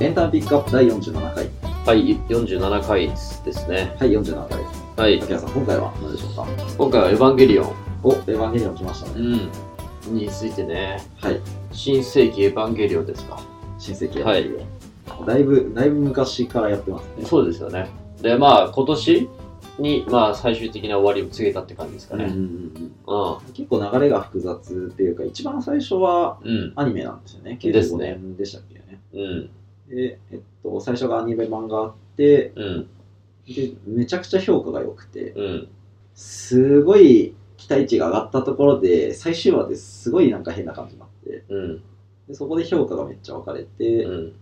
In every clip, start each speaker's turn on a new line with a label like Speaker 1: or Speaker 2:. Speaker 1: エンターピックアップ第47回。
Speaker 2: はい、47回ですね。
Speaker 1: はい、47回。
Speaker 2: はい。
Speaker 1: 竹谷さん、今回は何でしょうか
Speaker 2: 今回はエヴァンゲリオン。
Speaker 1: お、エヴァンゲリオン来ましたね。
Speaker 2: ん。についてね。
Speaker 1: はい、
Speaker 2: 新世紀エヴァンゲリオンですか。
Speaker 1: 新世紀やってるよだいぶ、だいぶ昔からやってますね。
Speaker 2: そうですよね。で、まあ、今年に、まあ、最終的な終わりを告げたって感じですか
Speaker 1: うんうん
Speaker 2: ね。うん。
Speaker 1: うん結構流れが複雑っていうか、一番最初は
Speaker 2: うん。
Speaker 1: アニメなんですよね。
Speaker 2: です
Speaker 1: 95
Speaker 2: ね
Speaker 1: 年でしたっけね。
Speaker 2: うん。
Speaker 1: で、えっと、最初がアニメ版があって、
Speaker 2: うん。
Speaker 1: で、めちゃくちゃ評価が良くて、
Speaker 2: うん。
Speaker 1: すごい期待値が上がったところで、最終話ですごいなんか変な感じになって、
Speaker 2: うん。
Speaker 1: でそこで評価がめっちゃ分かれて、
Speaker 2: うん。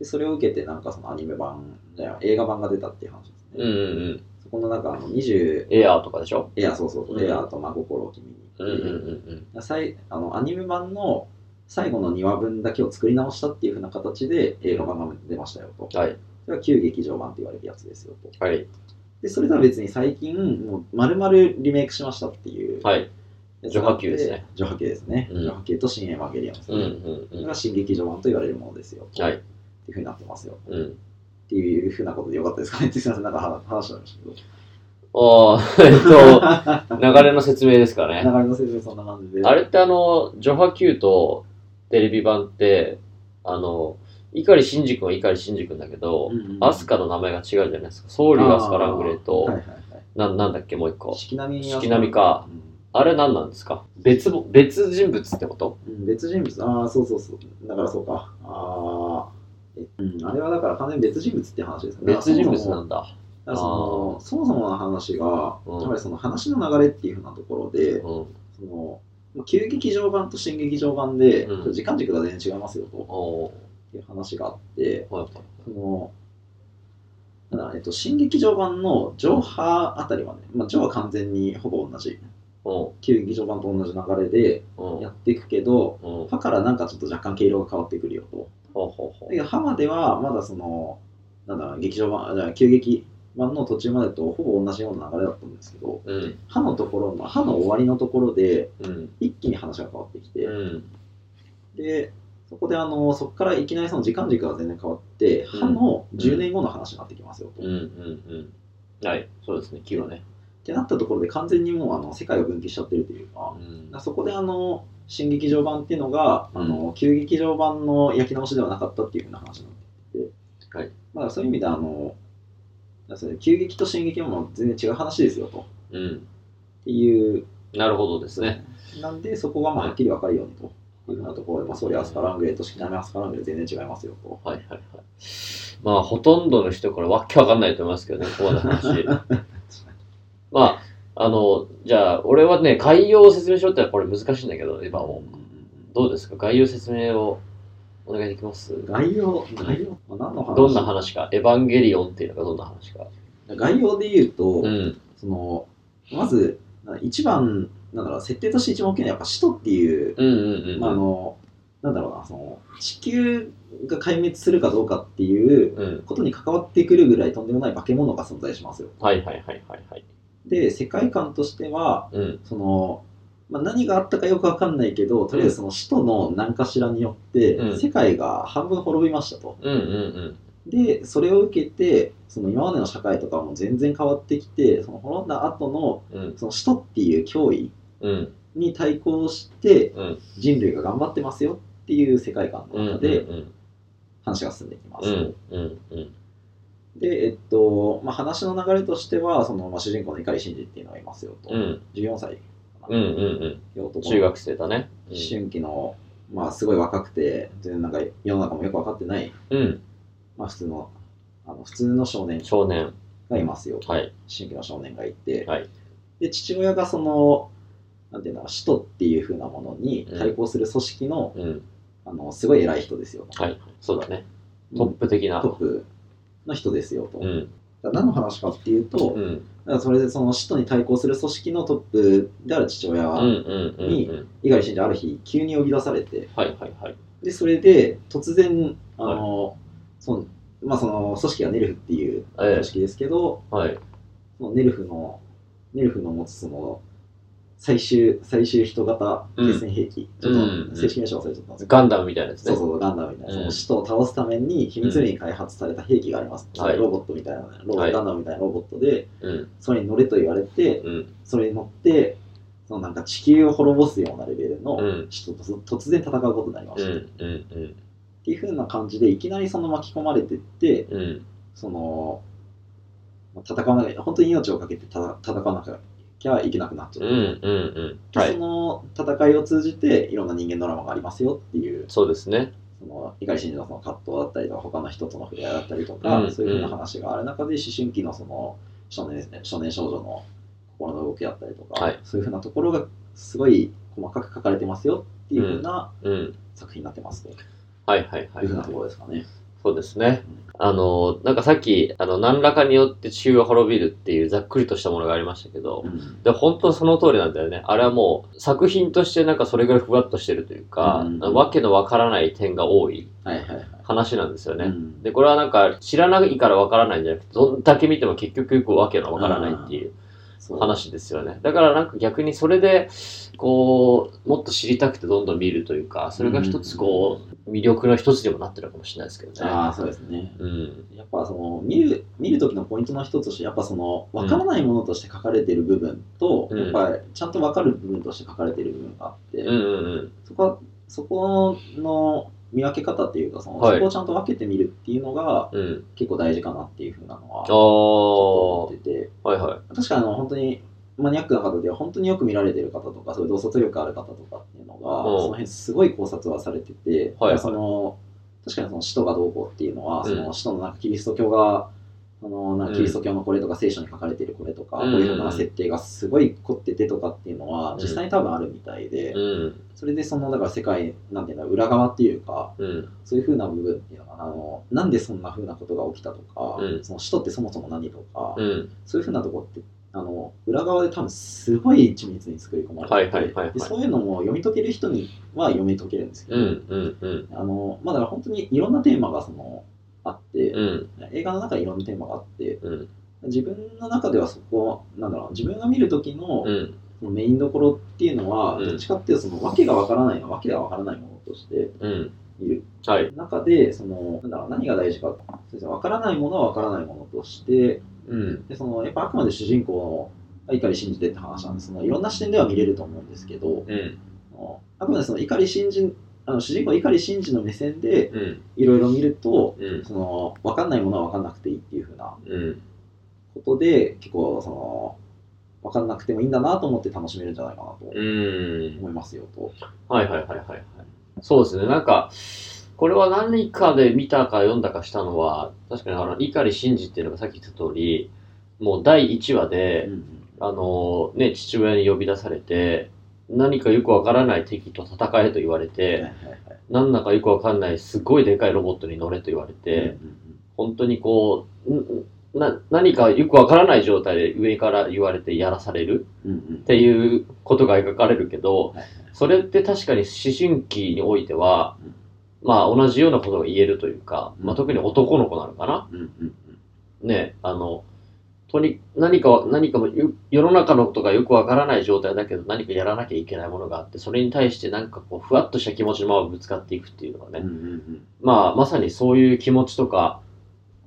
Speaker 1: でそれを受けてなんかそのアニメ版じゃない映画版が出たっていう話ですね、
Speaker 2: うん。うん。
Speaker 1: そこの中の20
Speaker 2: エアーとかでしょ
Speaker 1: エアそうそう、
Speaker 2: うん
Speaker 1: エアと真心を君にって
Speaker 2: うん。
Speaker 1: い
Speaker 2: うん。
Speaker 1: う、さいあのアニメ版の最後の2話分だけを作り直したっていうふうな形で映画版が出ましたよと、
Speaker 2: うん。はい。
Speaker 1: それは旧劇場版って言われるやつですよと
Speaker 2: はい。
Speaker 1: でそれとは別に最近もう丸々リメイクしましたっていう
Speaker 2: はい。
Speaker 1: やつなの
Speaker 2: 序波球ですね
Speaker 1: 序波球ですね、
Speaker 2: うん
Speaker 1: 序波球と新エヴァンゲリオンです
Speaker 2: う
Speaker 1: ね、
Speaker 2: ん。う
Speaker 1: それ
Speaker 2: ん。
Speaker 1: が新劇場版と言われるものですよ
Speaker 2: うん。はい。
Speaker 1: っていうふうになってますよ
Speaker 2: うん。
Speaker 1: っていうふうなことでよかったですかねってすいませんなんか話なんですけど
Speaker 2: ああ、えっと、流れの説明ですかね。
Speaker 1: 流れの説明そんな感じで。
Speaker 2: あれってあの、ジョハ Q とテレビ版って、あの、碇シンジ君は碇シンジ君だけど、アスカの名前が違うじゃないですか。ソウルアスカラングレーと、
Speaker 1: はいはいはい
Speaker 2: ななんだっけもう一個。
Speaker 1: 四季並み
Speaker 2: 四季並みか。
Speaker 1: うん
Speaker 2: あれ何なんですか別ぼ、別人物ってこと
Speaker 1: うん別人物、ああ、そうそうそう。だからそうか。ああ、えうん、あれはだから完全に別人物って話ですよね。
Speaker 2: 別人物な
Speaker 1: だ
Speaker 2: んだ。
Speaker 1: からそのそもそもの話が、
Speaker 2: うん
Speaker 1: やっぱりその話の流れっていうふうなところで、
Speaker 2: うん。
Speaker 1: そのまあ旧劇場版と新劇場版で、
Speaker 2: うん
Speaker 1: ちょっと時間軸が全然違いますよと
Speaker 2: お
Speaker 1: いう話があって、
Speaker 2: ーはいはい
Speaker 1: そのなんだろうえっと、新劇場版の上波あたりはね、まあ、上は完全にほぼ同じ
Speaker 2: うん
Speaker 1: 旧劇場版と同じ流れで
Speaker 2: うん
Speaker 1: やっていくけど、
Speaker 2: うん
Speaker 1: 歯からなんかちょっと若干毛色が変わってくるよと。
Speaker 2: ほうほうほ
Speaker 1: だ
Speaker 2: う
Speaker 1: けど歯まではまだその、なんだろう、劇場版、あじゃあ旧劇版の途中までとほぼ同じような流れだったんですけど、
Speaker 2: うん
Speaker 1: 歯のところの、歯の終わりのところで
Speaker 2: うん
Speaker 1: 一気に話が変わってきて、
Speaker 2: うん
Speaker 1: で、そこであの、そこからいきなりその時間軸が全然変わって、
Speaker 2: うん
Speaker 1: 歯の10年後の話になってきますよと。
Speaker 2: うんうんうんはいそうですね Q はね
Speaker 1: ってなったところで完全にもうあの世界を分岐しちゃってるというか、
Speaker 2: うん
Speaker 1: そこであの新劇場版っていうのが、
Speaker 2: うん
Speaker 1: あの旧劇場版の焼き直しではなかったっていうふうな話になってて、
Speaker 2: はい
Speaker 1: まあ、そういう意味であのそれ旧劇と新劇はもう全然違う話ですよとっ
Speaker 2: うん
Speaker 1: ていう
Speaker 2: なるほどですね
Speaker 1: なんでそこがまあはっきり分かるようにと。いうふうなところで、まあ、ソリアスカラングレーとシキナミアスカラングレー全然違いますよと。
Speaker 2: はいはいはい。まあ、ほとんどの人からわけわかんないと思いますけどね、ここまでの話。 まあ、あの、じゃあ、俺はね、概要を説明しろってのはこれ難しいんだけど、エヴァを。どうですか概要説明をお願いできます
Speaker 1: 概要、概要、まあ何の話
Speaker 2: どんな話か、エヴァンゲリオンっていうのがどんな話か。
Speaker 1: 概要で言うと、
Speaker 2: うん。
Speaker 1: そのまずな一番なんだろう設定として一番大きいのはやっぱ使徒っていう、
Speaker 2: うんうんうん。
Speaker 1: まあ、あのなんだろうなその地球が壊滅するかどうかっていう
Speaker 2: うん。
Speaker 1: ことに関わってくるぐらいとんでもない化け物が存在しますよ。
Speaker 2: はいはいはいはいはい。
Speaker 1: で世界観としては
Speaker 2: うん。
Speaker 1: その、まあ、何があったかよくわかんないけどとりあえずその使徒の何かしらによって、
Speaker 2: うん
Speaker 1: 世界が半分滅びましたと。
Speaker 2: うんうん
Speaker 1: でそれを受けてその今までの社会とかも全然変わってきてその滅んだ後の
Speaker 2: うん。うん。
Speaker 1: その使徒っていう脅威
Speaker 2: うん。
Speaker 1: に対抗して
Speaker 2: うん
Speaker 1: 人類が頑張ってますよっていう世界観
Speaker 2: う
Speaker 1: の
Speaker 2: ん。
Speaker 1: 中
Speaker 2: う
Speaker 1: で
Speaker 2: ん。
Speaker 1: 話が進んでいきます。
Speaker 2: うん。うん。うん。
Speaker 1: で、えっとまあ、話の流れとしてはその、まあ、主人公の碇シンジっていうのがいますよと、
Speaker 2: うん。
Speaker 1: 14歳か
Speaker 2: うん。う
Speaker 1: な、
Speaker 2: ん。うん。
Speaker 1: いう男の
Speaker 2: 中学生だね。
Speaker 1: 思春期の、まあ、すごい若くて全然なんか世の中もよく分かってない、
Speaker 2: うん。
Speaker 1: まあ、普通のあの普通の少年
Speaker 2: 少年。
Speaker 1: がいますよと、
Speaker 2: はい。
Speaker 1: 思春期の少年がいて、
Speaker 2: はい
Speaker 1: で父親がそのなんていうんだろう使徒っていうふうなものに対抗する組織の,、
Speaker 2: うん。
Speaker 1: あのすごい偉い人ですよと。
Speaker 2: はい、そうだね。トップ的な。
Speaker 1: トップの人ですよと。
Speaker 2: うん。
Speaker 1: だから何の話かっていうと、
Speaker 2: う
Speaker 1: だ
Speaker 2: ん。
Speaker 1: からそれでその使徒に対抗する組織のトップである父親
Speaker 2: うん。
Speaker 1: は、
Speaker 2: うん。うん。
Speaker 1: に
Speaker 2: うん
Speaker 1: 猪狩慎二ある日急に呼び出されて
Speaker 2: はいはいはい。
Speaker 1: でそれで突然あの、そのまあ、その組織がネルフっていう
Speaker 2: え
Speaker 1: 組織ですけど、
Speaker 2: え。はい。
Speaker 1: そのネルフのネルフの持つその最終、最終人型決戦兵器、ち
Speaker 2: うん
Speaker 1: ょっ
Speaker 2: うん
Speaker 1: と正式名称忘れちゃったんですけど、
Speaker 2: ガンダムみたいなやつ
Speaker 1: そう
Speaker 2: ね。
Speaker 1: そうそう、ガンダムみたいな、
Speaker 2: うん
Speaker 1: その使徒を倒すために秘密裏に開発された兵器があります。
Speaker 2: はい
Speaker 1: ロボットみたいな、ロボ
Speaker 2: はい
Speaker 1: ガンダムみたいなロボットで、
Speaker 2: うん。
Speaker 1: それに乗れと言われて、
Speaker 2: うん。
Speaker 1: それに乗って、そのなんか地球を滅ぼすようなレベル
Speaker 2: う
Speaker 1: の
Speaker 2: ん。
Speaker 1: 人と突然戦うことになりま
Speaker 2: う
Speaker 1: した。っ
Speaker 2: ん。うん。
Speaker 1: ていう風な感じで、いきなりその巻き込まれてって、
Speaker 2: うん。そ
Speaker 1: その、まあ戦わなきゃ、本当に命をかけてただ戦わなきゃいけなくなっち
Speaker 2: う
Speaker 1: ゃ
Speaker 2: ん。
Speaker 1: う。
Speaker 2: うん。うん。
Speaker 1: で
Speaker 2: は
Speaker 1: そ
Speaker 2: い。
Speaker 1: の戦いを通じて、いろんな人間ドラマがありますよっていう、
Speaker 2: そうですね。
Speaker 1: その碇慎二郎さんの葛藤だったりとか、他の人との触れ合いだったりとか、
Speaker 2: うん
Speaker 1: そういうふうな話がある中で、思春期のその少年少年少女の心の動きだったりとか、
Speaker 2: はい
Speaker 1: そういうふうなところがすごい細かく書かれてますよっていうふうな
Speaker 2: うん。
Speaker 1: 作品になってますと、
Speaker 2: はいはいはい
Speaker 1: いうふうなところですかね。
Speaker 2: そうですね。あの、なんかさっき、あの、何らかによって地球が滅びるっていうざっくりとしたものがありましたけど、
Speaker 1: うん
Speaker 2: で本当その通りなんだよね。あれはもう作品としてなんかそれぐらいふわっとしてるというか、
Speaker 1: うん
Speaker 2: わけのわからない点が多い
Speaker 1: はいはいはい。
Speaker 2: 話なんですよね。
Speaker 1: うん
Speaker 2: で、これはなんか知らないからわからないんじゃなくて、どんだけ見ても結局こうわけのわからないっていう
Speaker 1: そう
Speaker 2: 話ですよね。だからなんか逆にそれで、こう、もっと知りたくてどんどん見るというか、それが一つこう、魅力の一つにもなってるかもしれないですけどね。
Speaker 1: ああ、そうですね。
Speaker 2: うん。
Speaker 1: やっぱその見る見る時のポイントの一つとしてやっぱその分からないものとして書かれてる部分と、
Speaker 2: うん
Speaker 1: やっぱりちゃんと分かる部分として書かれてる部分があって、
Speaker 2: うんうんうん。
Speaker 1: そこはそこの見分け方っていうかその、
Speaker 2: はい
Speaker 1: そこをちゃんと分けてみるっていうのが
Speaker 2: うん。
Speaker 1: 結構大事かなっていうふうなのは
Speaker 2: あ
Speaker 1: ちょっと思
Speaker 2: あ
Speaker 1: っ、てて
Speaker 2: はいはい。
Speaker 1: 確かにあの本当にマニアックな方では本当によく見られてる方とかそういう洞察力ある方とかっていうのが、
Speaker 2: うん
Speaker 1: その辺すごい考察はされてて、
Speaker 2: はいはい
Speaker 1: その確かにその使徒がどうこうっていうのは、
Speaker 2: うん
Speaker 1: その使徒のなんかキリスト教がそのなん
Speaker 2: う
Speaker 1: か
Speaker 2: ん
Speaker 1: キリスト教のこれとか聖書に書かれてるこれとか、
Speaker 2: うん
Speaker 1: こういうふうな設定がすごい凝っててとかっていうのは、
Speaker 2: うん
Speaker 1: 実際に多分あるみたいで、
Speaker 2: うん。
Speaker 1: それでそのだから世界なんていうんだろう裏側っていうか
Speaker 2: うん。
Speaker 1: そういうふうな部分っていうのかなあのなんでそんなふうなことが起きたとか、
Speaker 2: うん
Speaker 1: その使徒ってそもそも何とか、
Speaker 2: うん。
Speaker 1: そういうふうなとこってあの裏側で多分すごい緻密に作り込まれてて、
Speaker 2: はいはいはいはい
Speaker 1: でそういうのも読み解ける人には読み解けるんですけど、
Speaker 2: うん。うん。うん。
Speaker 1: あのまあ、だから本当にいろんなテーマがそのあって、
Speaker 2: うん。
Speaker 1: 映画の中にいろんなテーマがあって
Speaker 2: うん。
Speaker 1: 自分の中ではそこなんだろう自分が見る時の
Speaker 2: うん。
Speaker 1: そのメインどころっていうのは、
Speaker 2: うん
Speaker 1: どっちかっていうとその訳がわからないのは訳がわからないものとして
Speaker 2: うん。
Speaker 1: 見る
Speaker 2: はい。
Speaker 1: 中でそのなんだろう何が大事かそうですねわからないものはわからないものとして
Speaker 2: うん。
Speaker 1: でそのやっぱあくまで主人公の碇信じてって話なんでそのいろんな視点では見れると思うんですけど
Speaker 2: うん。
Speaker 1: あのあくまでその碇信じあの主人公碇信じの目線で
Speaker 2: うん。
Speaker 1: いろいろ見ると
Speaker 2: うん。
Speaker 1: その分かんないものは分かんなくていいっていうふうな
Speaker 2: うん。
Speaker 1: ことで結構その分かんなくてもいいんだなと思って楽しめるんじゃないかなと
Speaker 2: うん。
Speaker 1: 思いますよと。
Speaker 2: はいはいはいはいはい。そうですね。なんか、これは何かで見たか読んだかしたのは、確かにあの、碇シンジっていうのがさっき言った通り、もう第1話で、あの、ね、父親に呼び出されて、何かよくわからない敵と戦えと言わ
Speaker 1: は
Speaker 2: れ
Speaker 1: いは
Speaker 2: て、
Speaker 1: いはい
Speaker 2: 何だかよくわかんないすごいでかいロボットに乗れと言われて、
Speaker 1: うんうん
Speaker 2: 本当にこう、んな何かよくわからない状態で上から言われてやらされる
Speaker 1: うんうん
Speaker 2: っていうことが描かれるけど
Speaker 1: はいはい、
Speaker 2: それって確かに思春期においては
Speaker 1: うん、
Speaker 2: まあ同じようなことが言えるというか、
Speaker 1: うん
Speaker 2: まあ特に男の子なのかな
Speaker 1: うんうん
Speaker 2: ね、あの、とに、何か、何かもよ、世の中のことがよくわからない状態だけど、何かやらなきゃいけないものがあって、それに対してなんかこう、ふわっとした気持ちのままぶつかっていくっていうのがね
Speaker 1: うんう、んうん
Speaker 2: まあ、まさにそういう気持ちとか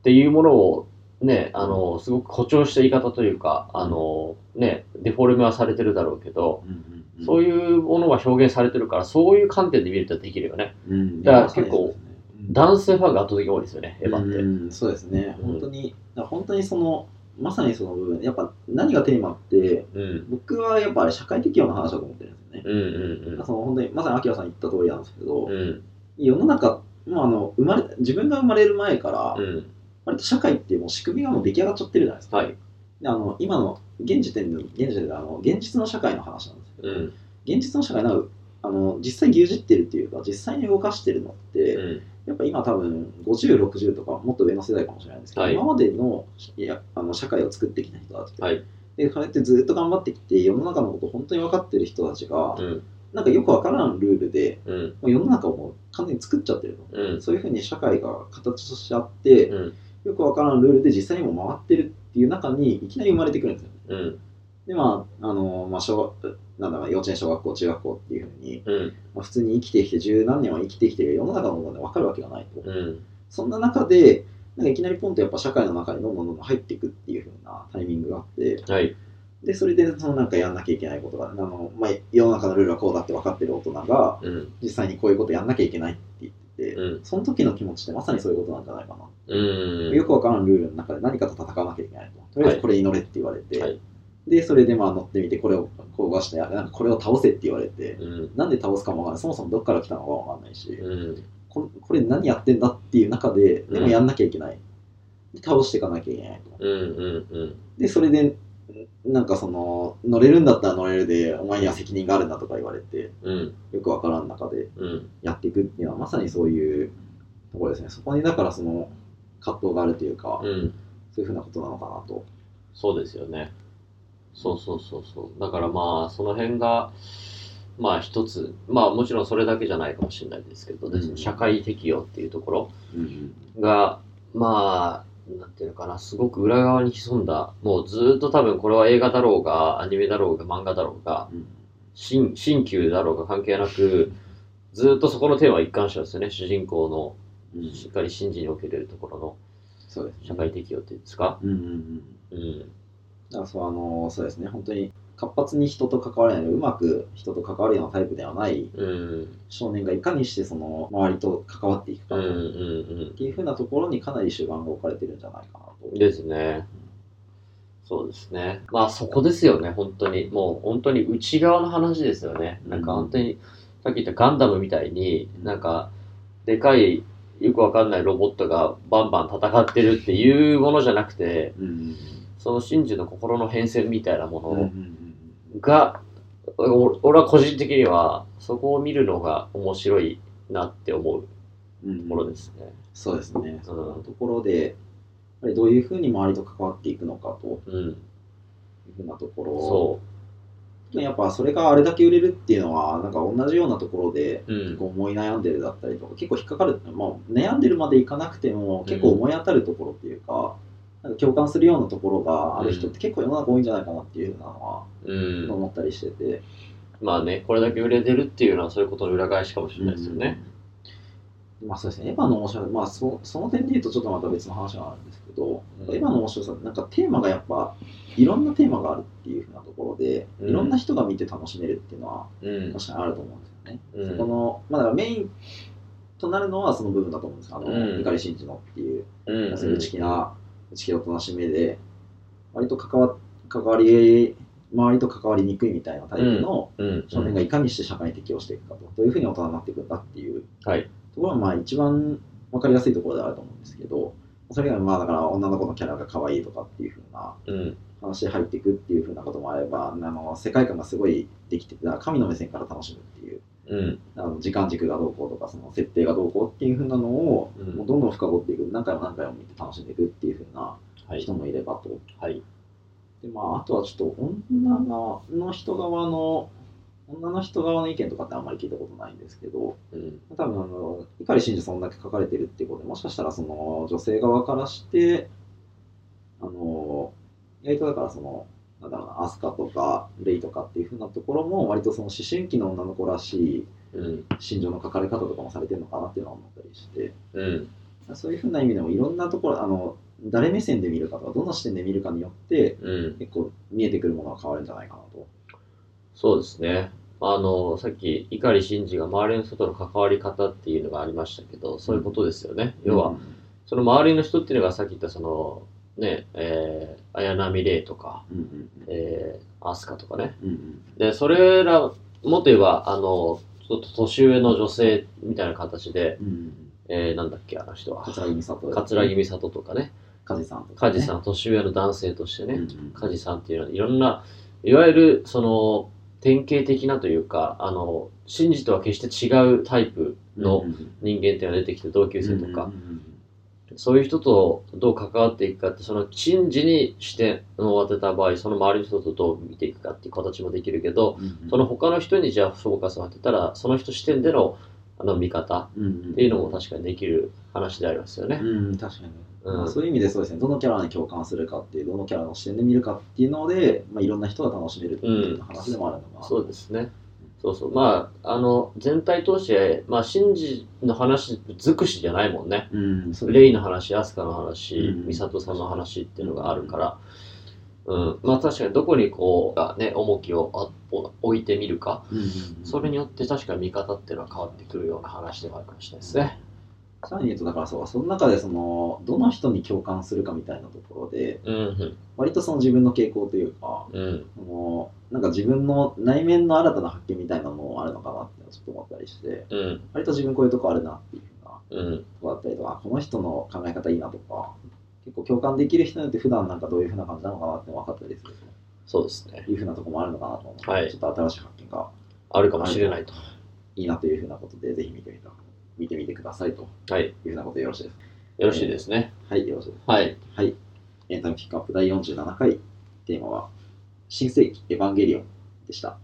Speaker 2: っていうものをね、あの、すごく誇張した言い方というか、あの、ね、デフォルメはされてるだろうけど、
Speaker 1: うんうん
Speaker 2: そういうものが表現されてるから、そういう観点で見るとできるよね。
Speaker 1: うん
Speaker 2: だから結構
Speaker 1: いやそうですねうん
Speaker 2: 男性ファンが圧倒的に多いですよね、エヴァって。
Speaker 1: うんそうですね、
Speaker 2: うん
Speaker 1: 本当に、だから本当にその、まさにその部分、やっぱ何がテーマって、
Speaker 2: うん。
Speaker 1: 僕はやっぱあれ、社会適応の話だと思ってるんですよね。
Speaker 2: うんうん
Speaker 1: その本当に、まさに明さん言った通りなんですけど、
Speaker 2: うん。うん。
Speaker 1: 世の中、まあ、あの生まれ自分が生まれる前から、
Speaker 2: うん。
Speaker 1: 割と社会ってもう仕組みがもう出来上がっちゃってるじゃないですか。
Speaker 2: はい。
Speaker 1: であの今の現時点で、現時点であの現実の社会の話なんですけ
Speaker 2: う
Speaker 1: ど、
Speaker 2: ん。
Speaker 1: 現実の社会なんかあの実際牛耳ってるっていうか、実際に動かしてるのって、
Speaker 2: うん。
Speaker 1: やっぱ今多分50、60とかもっと上の世代かもしれないですけど、
Speaker 2: はい
Speaker 1: 今までのいやあの社会を作ってきた人たちって、
Speaker 2: はい
Speaker 1: でそうやってずっと頑張ってきて世の中のことを本当に分かってる人たちが、
Speaker 2: うん。
Speaker 1: なんかよく分からんルールで
Speaker 2: うん。
Speaker 1: もう世の中をもう完全に作っちゃってるの、
Speaker 2: うん。
Speaker 1: そういうふうに社会が形としてあって、
Speaker 2: うん。
Speaker 1: よく分からんルールで実際にも回ってるっていう中にいきなり生まれてくるんですよね
Speaker 2: うん。
Speaker 1: で、まあ、あの、まあ、小学、なんだろう、幼稚園、小学校、中学校っていうふうに、
Speaker 2: うん。
Speaker 1: まあ、普通に生きてきて、十何年は生きてきてる世の中のもので分かるわけがないと。
Speaker 2: うん。
Speaker 1: そんな中で、なんかいきなりポンとやっぱ社会の中にどんどんどんどん入っていくっていうふうなタイミングがあって、
Speaker 2: はい。
Speaker 1: で、それでそのなんかやんなきゃいけないことが、あの、まあ、世の中のルールはこうだって分かってる大人が、
Speaker 2: うん。
Speaker 1: 実際にこういうことやんなきゃいけないって言ってて、
Speaker 2: うん。
Speaker 1: その時の気持ちってまさにそういうことなんじゃないかな。
Speaker 2: うん。
Speaker 1: よくわからんルールの中で何かと戦わなきゃいけないと。とりあえずこれに乗れって言われて、
Speaker 2: はい
Speaker 1: で、それでまあ乗ってみて、これをこう壊して、あなんかこれを倒せって言われて、
Speaker 2: うん。
Speaker 1: なんで倒すかもわからない、そもそもどっから来たのかもわからないし、
Speaker 2: うん。
Speaker 1: ここれ何やってんだっていう中で、で
Speaker 2: う
Speaker 1: も
Speaker 2: ん
Speaker 1: やんなきゃいけない。倒していかなきゃいけないと。
Speaker 2: うん。うん。
Speaker 1: で、それで、なんかその、乗れるんだったら乗れるで、お前には責任があるんだとか言われて、
Speaker 2: うん。
Speaker 1: よくわからん中で
Speaker 2: うん。
Speaker 1: やっていくっていうのは、まさにそういうところですね。そこにだからその葛藤があるというか、
Speaker 2: うん。
Speaker 1: そういうふうなことなのかなと。
Speaker 2: そうですよね。そうそうそうそう。だからまあ、その辺が、まあ一つ、まあもちろんそれだけじゃないかもしれないですけど、でその社会適用っていうところ
Speaker 1: うん
Speaker 2: が、まあ、なんていうのかな、すごく裏側に潜んだ、もうずーっと多分これは映画だろうが、アニメだろうが、漫画だろうが、
Speaker 1: うん
Speaker 2: 新新旧だろうが関係なく、ずーっとそこのテーマは一貫したんですよね、主人公
Speaker 1: う
Speaker 2: の、
Speaker 1: ん
Speaker 2: しっかり信じにおけるところの
Speaker 1: そうですね。
Speaker 2: 社会適用っていうんですか。
Speaker 1: うんうんうん。
Speaker 2: うん。
Speaker 1: だからそう、あの、そうですね。本当に活発に人と関われない、うまく人と関わるようなタイプではない
Speaker 2: うん。
Speaker 1: 少年がいかにしてその周りと関わっていく
Speaker 2: う
Speaker 1: か
Speaker 2: んう
Speaker 1: っ
Speaker 2: んうん。
Speaker 1: ていうふうなところにかなり主眼が置かれてるんじゃないかなと。
Speaker 2: ですね。そうですね。まあそこですよね、本当に。もう本当に内側の話ですよね。なん
Speaker 1: う
Speaker 2: か
Speaker 1: ん
Speaker 2: 本当に、さっき言ったガンダムみたいに、なんか、でかい、よくわかんないロボットがバンバン戦ってるっていうものじゃなくて、
Speaker 1: うん
Speaker 2: その真珠の心の変遷みたいなも
Speaker 1: うんうんうん
Speaker 2: のが、お俺は個人的には、そこを見るのが面白いなって思う
Speaker 1: うんうん
Speaker 2: ところですね。
Speaker 1: そうですね。そのところで、やっぱりどういうふうに周りと関わっていくのかとい
Speaker 2: うん。
Speaker 1: うふうなところ
Speaker 2: そ
Speaker 1: やっぱそれがあれだけ売れるっていうのは、なんか同じようなところで、
Speaker 2: う。う
Speaker 1: 結
Speaker 2: ん。
Speaker 1: 構思い悩んでるだったりとか、結構引っかかる、まあ、悩んでるまでいかなくても、結構思い当たるところっていうか、なんか共感するようなところがある人って結構世の中多いんじゃないかなっていうのは
Speaker 2: うん。
Speaker 1: 思ったりしてて。
Speaker 2: まあね、これだけ売れてるっていうのはそういうことの裏返しかもしれないですよね。
Speaker 1: うん。まあそうですね、エヴァの面白い、まあそその点で言うとちょっとまた別の話があるんですけど、
Speaker 2: うん
Speaker 1: エヴァの面白さってなんかテーマがやっぱいろんなテーマがあるっていうふうなところで、
Speaker 2: うん
Speaker 1: いろんな人が見て楽しめるっていうのは
Speaker 2: うん。
Speaker 1: 確かにあると思うんですよね。
Speaker 2: うん
Speaker 1: そこの、まあ、だからメインとなるのはその部分だと思うんですあの、
Speaker 2: うん
Speaker 1: 碇慎二のっていう、
Speaker 2: うん。
Speaker 1: そういう内気な、内気なおとなしめで、割と関わ関わり、周りと関わりにくいみたいなタイプの
Speaker 2: うん。
Speaker 1: 少年がいかにして社会に適応していくかと、どういうふうに大人になっていくんだっていう
Speaker 2: はい。
Speaker 1: ところが、まあ、一番分かりやすいところではあると思うんですけど、それが、まあ、だから女の子のキャラが可愛いとかっていうふうな
Speaker 2: うん。
Speaker 1: 話で入っていくっていうふうなこともあれば、あの世界観がすごいできてて、神の目線から楽しむっていう。
Speaker 2: うん。
Speaker 1: あの時間軸がどうこうとかその設定がどうこうっていう風なのを、
Speaker 2: うん
Speaker 1: もうどんどん深掘っていく何回も何回も見て楽しんでいくっていう風な
Speaker 2: はい
Speaker 1: 人。もいればと、
Speaker 2: はい。
Speaker 1: でまああとはちょっと女の人側の女の人側の意見とかってあんまり聞いたことないんですけど
Speaker 2: うん。
Speaker 1: 多分あの碇真珠そんだけ書かれてるってことでもしかしたらその女性側からしてあの意外とだからそのなんだろうなアスカとかレイとかっていう風なところも割とその思春期の女の子らしい
Speaker 2: うん。
Speaker 1: 心情の書かれ方とかもされてるのかなっていうのは思ったりして
Speaker 2: うん。
Speaker 1: そういうふうな意味でもいろんなところあの誰目線で見るかとかどの視点で見るかによって
Speaker 2: うん。
Speaker 1: 結構見えてくるものが変わるんじゃないかなと。
Speaker 2: そうですね。あの、さっき、碇慎二が周りの人との関わり方っていうのがありましたけど、そういうことですよね。要は、その周りの人っていうのがさっき言った、その、ね、えー、綾波レイとか、
Speaker 1: うんうん
Speaker 2: えー、アスカとかね、
Speaker 1: うんうん
Speaker 2: で、それら、もっと言えば、あの、ちょっと年上の女性みたいな形で、
Speaker 1: うんうん
Speaker 2: えー、なんだっけ、あの人は。
Speaker 1: 桂木美里
Speaker 2: 桂木美里とかね、
Speaker 1: 梶さんとか、
Speaker 2: 梶さん、年上の男性として
Speaker 1: うんう
Speaker 2: ね、
Speaker 1: ん
Speaker 2: 梶さんっていうのは、いろんな、いわゆる、その、典型的なというか、あの、真実とは決して違うタイプの
Speaker 1: うんうん
Speaker 2: 人間っていうのが出てきて、同級生と
Speaker 1: う
Speaker 2: か
Speaker 1: ん、
Speaker 2: そういう人とどう関わっていくかって、その、真実に視点を当てた場合、その周りの人とどう見ていくかっていう形もできるけど、
Speaker 1: うんうんうんうん
Speaker 2: その他の人にじゃあフォーカスを当てたら、その人視点でのあの見方
Speaker 1: うんうん
Speaker 2: っていうのも確かにできる話でありますよね。
Speaker 1: うん、確かに、
Speaker 2: うん
Speaker 1: まあそういう意味でそうですね、どのキャラに共感するかっていう、どのキャラの視点で見るかっていうので、まあ、いろんな人が楽しめるっていう話でもあるのが、
Speaker 2: そうですね。そうそう。まあ、あの、全体通して、まあ、シンジの話尽くしじゃないもんね。
Speaker 1: うん、それ
Speaker 2: レイの話、アスカの話
Speaker 1: う、ん
Speaker 2: ミサトさんの話っていうのがあるから、うん。まあ、確かにどこにこう、ね、重きをあ置いてみるか、
Speaker 1: うんうんうん
Speaker 2: それによって確かに見方っていうのは変わってくるような話でもあるかもしれないですね。
Speaker 1: さらに言うと、だからそう、その中でその、どの人に共感するかみたいなところで、
Speaker 2: うん、
Speaker 1: 割とその自分の傾向というか、
Speaker 2: うん、うん。
Speaker 1: そのなんか自分の内面の新たな発見みたいなのもあるのかなってちょっと思ったりして、
Speaker 2: うん、
Speaker 1: 割と自分こういうとこあるなっていうふうな
Speaker 2: うん、
Speaker 1: とこだったりとか、この人の考え方いいなとか、結構共感できる人によって普段なんかどういうふうな感じなのかなって分かったりする
Speaker 2: そうですね。
Speaker 1: というふうなとこもあるのかなと思って、
Speaker 2: はい
Speaker 1: ちょっと新しい発見が
Speaker 2: あるかもしれないと。
Speaker 1: いいなというふうなことで、ぜひ見てみた見てみてくださいと
Speaker 2: はい。
Speaker 1: いうふうなことでよろしいですか。
Speaker 2: よろしいですね。
Speaker 1: はい、よろしいです。
Speaker 2: はい。
Speaker 1: はい。エンタメピックアップ第47回、テーマは、新世紀エヴァンゲリオンでした。